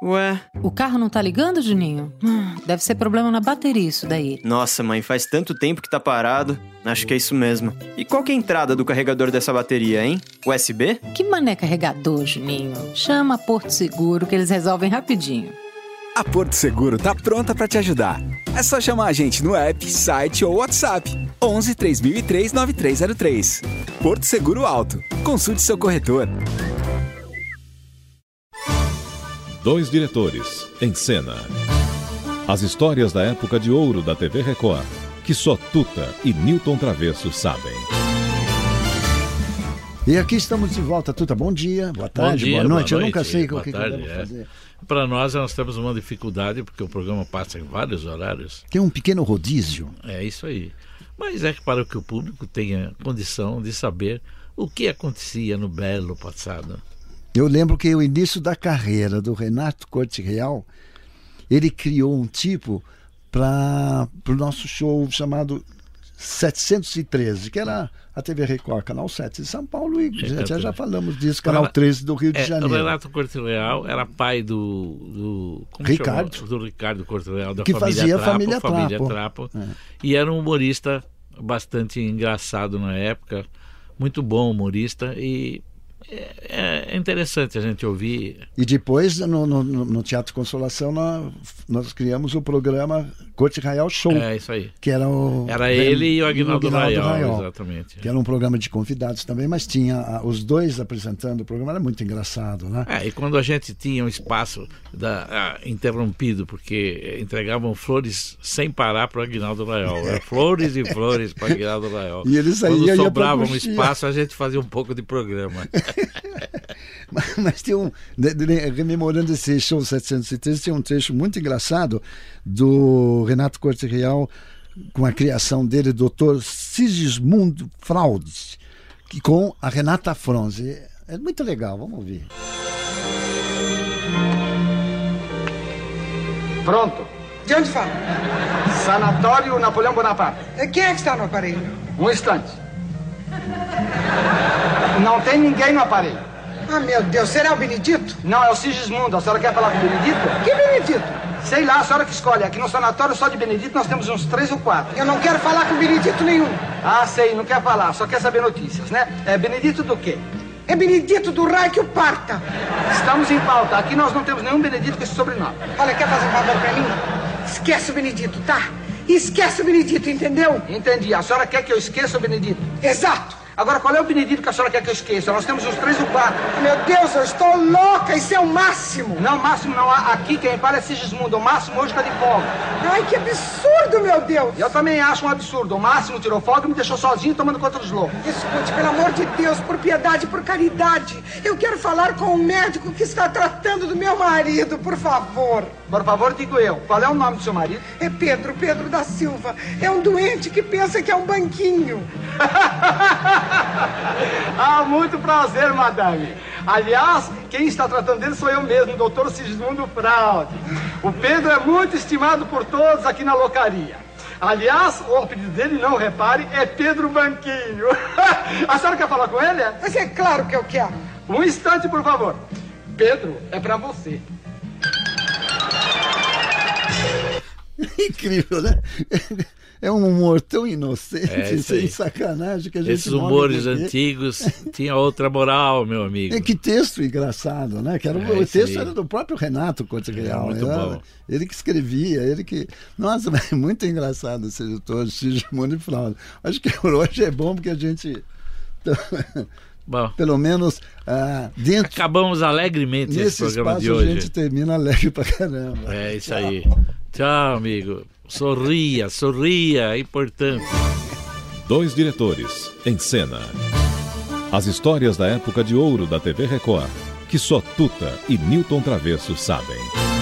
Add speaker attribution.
Speaker 1: Ué.
Speaker 2: O carro não tá ligando, Juninho? Hum, Deve ser problema na bateria isso daí.
Speaker 1: Nossa, mãe, faz tanto tempo que tá parado. Acho que é isso mesmo. E qual que é a entrada do carregador dessa bateria, hein? USB?
Speaker 2: Que mané carregador, Juninho? Chama a Porto Seguro que eles resolvem rapidinho.
Speaker 3: A Porto Seguro tá pronta para te ajudar. É só chamar a gente no app, site ou WhatsApp. 11 3003 9303. Porto Seguro Alto. Consulte seu corretor.
Speaker 4: Dois diretores em cena. As histórias da época de ouro da TV Record, que só Tuta e Newton Travesso sabem.
Speaker 5: E aqui estamos de volta, Tuta. Bom dia, boa
Speaker 6: Bom
Speaker 5: tarde,
Speaker 6: dia,
Speaker 5: boa noite. Eu
Speaker 6: boa
Speaker 5: nunca
Speaker 6: noite,
Speaker 5: sei o
Speaker 6: boa
Speaker 5: que, que eu
Speaker 6: tarde,
Speaker 5: devo
Speaker 6: é.
Speaker 5: fazer.
Speaker 6: Para nós, nós temos uma dificuldade, porque o programa passa em vários horários.
Speaker 5: Tem um pequeno rodízio.
Speaker 6: É isso aí. Mas é para que o público tenha condição de saber o que acontecia no belo passado.
Speaker 5: Eu lembro que o início da carreira do Renato Corte Real, ele criou um tipo para o nosso show chamado 713, que era a TV Record, Canal 7 de São Paulo, e
Speaker 6: É,
Speaker 5: já, já- já falamos disso, Canal
Speaker 6: Rela-
Speaker 5: 13 do Rio de
Speaker 6: tá É, o
Speaker 5: Janeiro.
Speaker 6: Renato Corte Leal era pai do. do como
Speaker 5: Ricardo.
Speaker 6: chama? Do Ricardo Corte Leal, da
Speaker 5: Que
Speaker 6: família
Speaker 5: fazia a
Speaker 6: Trapo.
Speaker 5: família
Speaker 6: família
Speaker 5: Trapo. É.
Speaker 6: Trapo. E era um humorista bastante engraçado na época, muito bom humorista. E é, é interessante a gente ouvir.
Speaker 5: E depois, no, no- no- no Teatro Consolação, nós, nós criamos o programa Corte Real Show.
Speaker 6: É isso aí.
Speaker 5: Que era o.
Speaker 6: Era ele e o Agnaldo
Speaker 5: Aguinaldo
Speaker 6: Raiol, exatamente.
Speaker 5: Que era um programa de convidados também, mas tinha ah, os dois apresentando o programa, era muito engraçado, né?
Speaker 6: É, e quando a gente tinha um espaço da- ah, interrompido, porque entregavam flores sem parar para o Aguinaldo Raiol. Era flores e flores para o Aguinaldo Raiol.
Speaker 5: E ele saía e ia
Speaker 6: Quando
Speaker 5: pra
Speaker 6: sobrava um
Speaker 5: coxinha.
Speaker 6: espaço, a gente fazia um pouco de programa.
Speaker 5: Mas, mas tem um. de- de- Rememorando esse show 713, tem um trecho muito engraçado do Renato Corte Real com a criação dele, Dr. Sigismundo Fraudes, que com a Renata Fronze. É muito legal, vamos ouvir.
Speaker 7: Pronto.
Speaker 8: De onde fala?
Speaker 7: Sanatório Napoleão Bonaparte.
Speaker 8: É, Quem é que está no aparelho?
Speaker 7: Um instante. Não tem ninguém no aparelho.
Speaker 8: Ah, meu Deus, será o Benedito?
Speaker 7: Não, é o Sigismundo. A senhora quer falar com o Benedito?
Speaker 8: Que Benedito?
Speaker 7: Sei lá, a senhora que escolhe. Aqui no sanatório só de Benedito nós temos uns três ou quatro.
Speaker 8: Eu não quero falar com Benedito nenhum.
Speaker 7: Ah, sei, não quer falar, só quer saber notícias, né? É Benedito do quê?
Speaker 8: É Benedito do raio que o parta.
Speaker 7: Estamos em pauta. Aqui nós não temos nenhum Benedito com esse sobrenome.
Speaker 8: Olha, quer fazer um favor pra mim? Esquece o Benedito, tá? Esquece o Benedito, entendeu?
Speaker 7: Entendi. A senhora quer que eu esqueça o Benedito?
Speaker 8: Exato.
Speaker 7: Agora, qual é o Benedito que a senhora quer que eu esqueça? Nós temos uns três ou quatro.
Speaker 8: Meu Deus, eu estou louca, isso é o máximo.
Speaker 7: Não, Máximo não. A- Aqui quem fala é Sigismundo. O Máximo hoje está de folga.
Speaker 8: Ai, que absurdo, meu Deus.
Speaker 7: Eu também acho um absurdo. O Máximo tirou folga e me deixou sozinho tomando conta dos loucos.
Speaker 8: Escute, pelo amor de Deus, por piedade, por caridade. Eu quero falar com o médico que está tratando do meu marido, por favor.
Speaker 7: Por favor, digo eu. Qual é o nome do seu marido?
Speaker 8: É Pedro, Pedro da Silva. É um doente que pensa que é um banquinho.
Speaker 7: Ah, muito prazer, madame. Aliás, quem está tratando dele sou eu mesmo, doutor Sigismundo Fraude. O Pedro é muito estimado por todos aqui na locaria. Aliás, o apelido dele, não repare, é Pedro Banquinho. A senhora quer falar com ele? é?
Speaker 8: Mas é claro que eu quero.
Speaker 7: Um instante, por favor. Pedro, é pra você.
Speaker 5: Incrível, né? É um humor tão inocente,
Speaker 6: É, isso
Speaker 5: sem
Speaker 6: aí.
Speaker 5: sacanagem que a gente
Speaker 6: Esses
Speaker 5: morre
Speaker 6: humores
Speaker 5: de rir.
Speaker 6: antigos tinha outra moral, meu amigo.
Speaker 5: É, que texto engraçado, né? Que era,
Speaker 6: É,
Speaker 5: o
Speaker 6: isso
Speaker 5: texto
Speaker 6: aí.
Speaker 5: era do próprio Renato Corte Real.
Speaker 6: É muito
Speaker 5: era-
Speaker 6: bom.
Speaker 5: Ele que escrevia, ele que. Nossa, mas é muito engraçado esse editor, Sigismundo e Fraude. Acho que por hoje é bom porque a gente, tá
Speaker 6: Bom,
Speaker 5: pelo menos, ah, dentro
Speaker 6: acabamos alegremente esse
Speaker 5: nesse
Speaker 6: programa
Speaker 5: espaço,
Speaker 6: de
Speaker 5: a
Speaker 6: hoje.
Speaker 5: gente termina alegre pra caramba.
Speaker 6: É isso aí. Tchau, amigo. Sorria, sorria, é importante.
Speaker 4: Dois diretores em cena. As histórias da época de ouro da TV Record, que só Tuta e Newton Travesso sabem.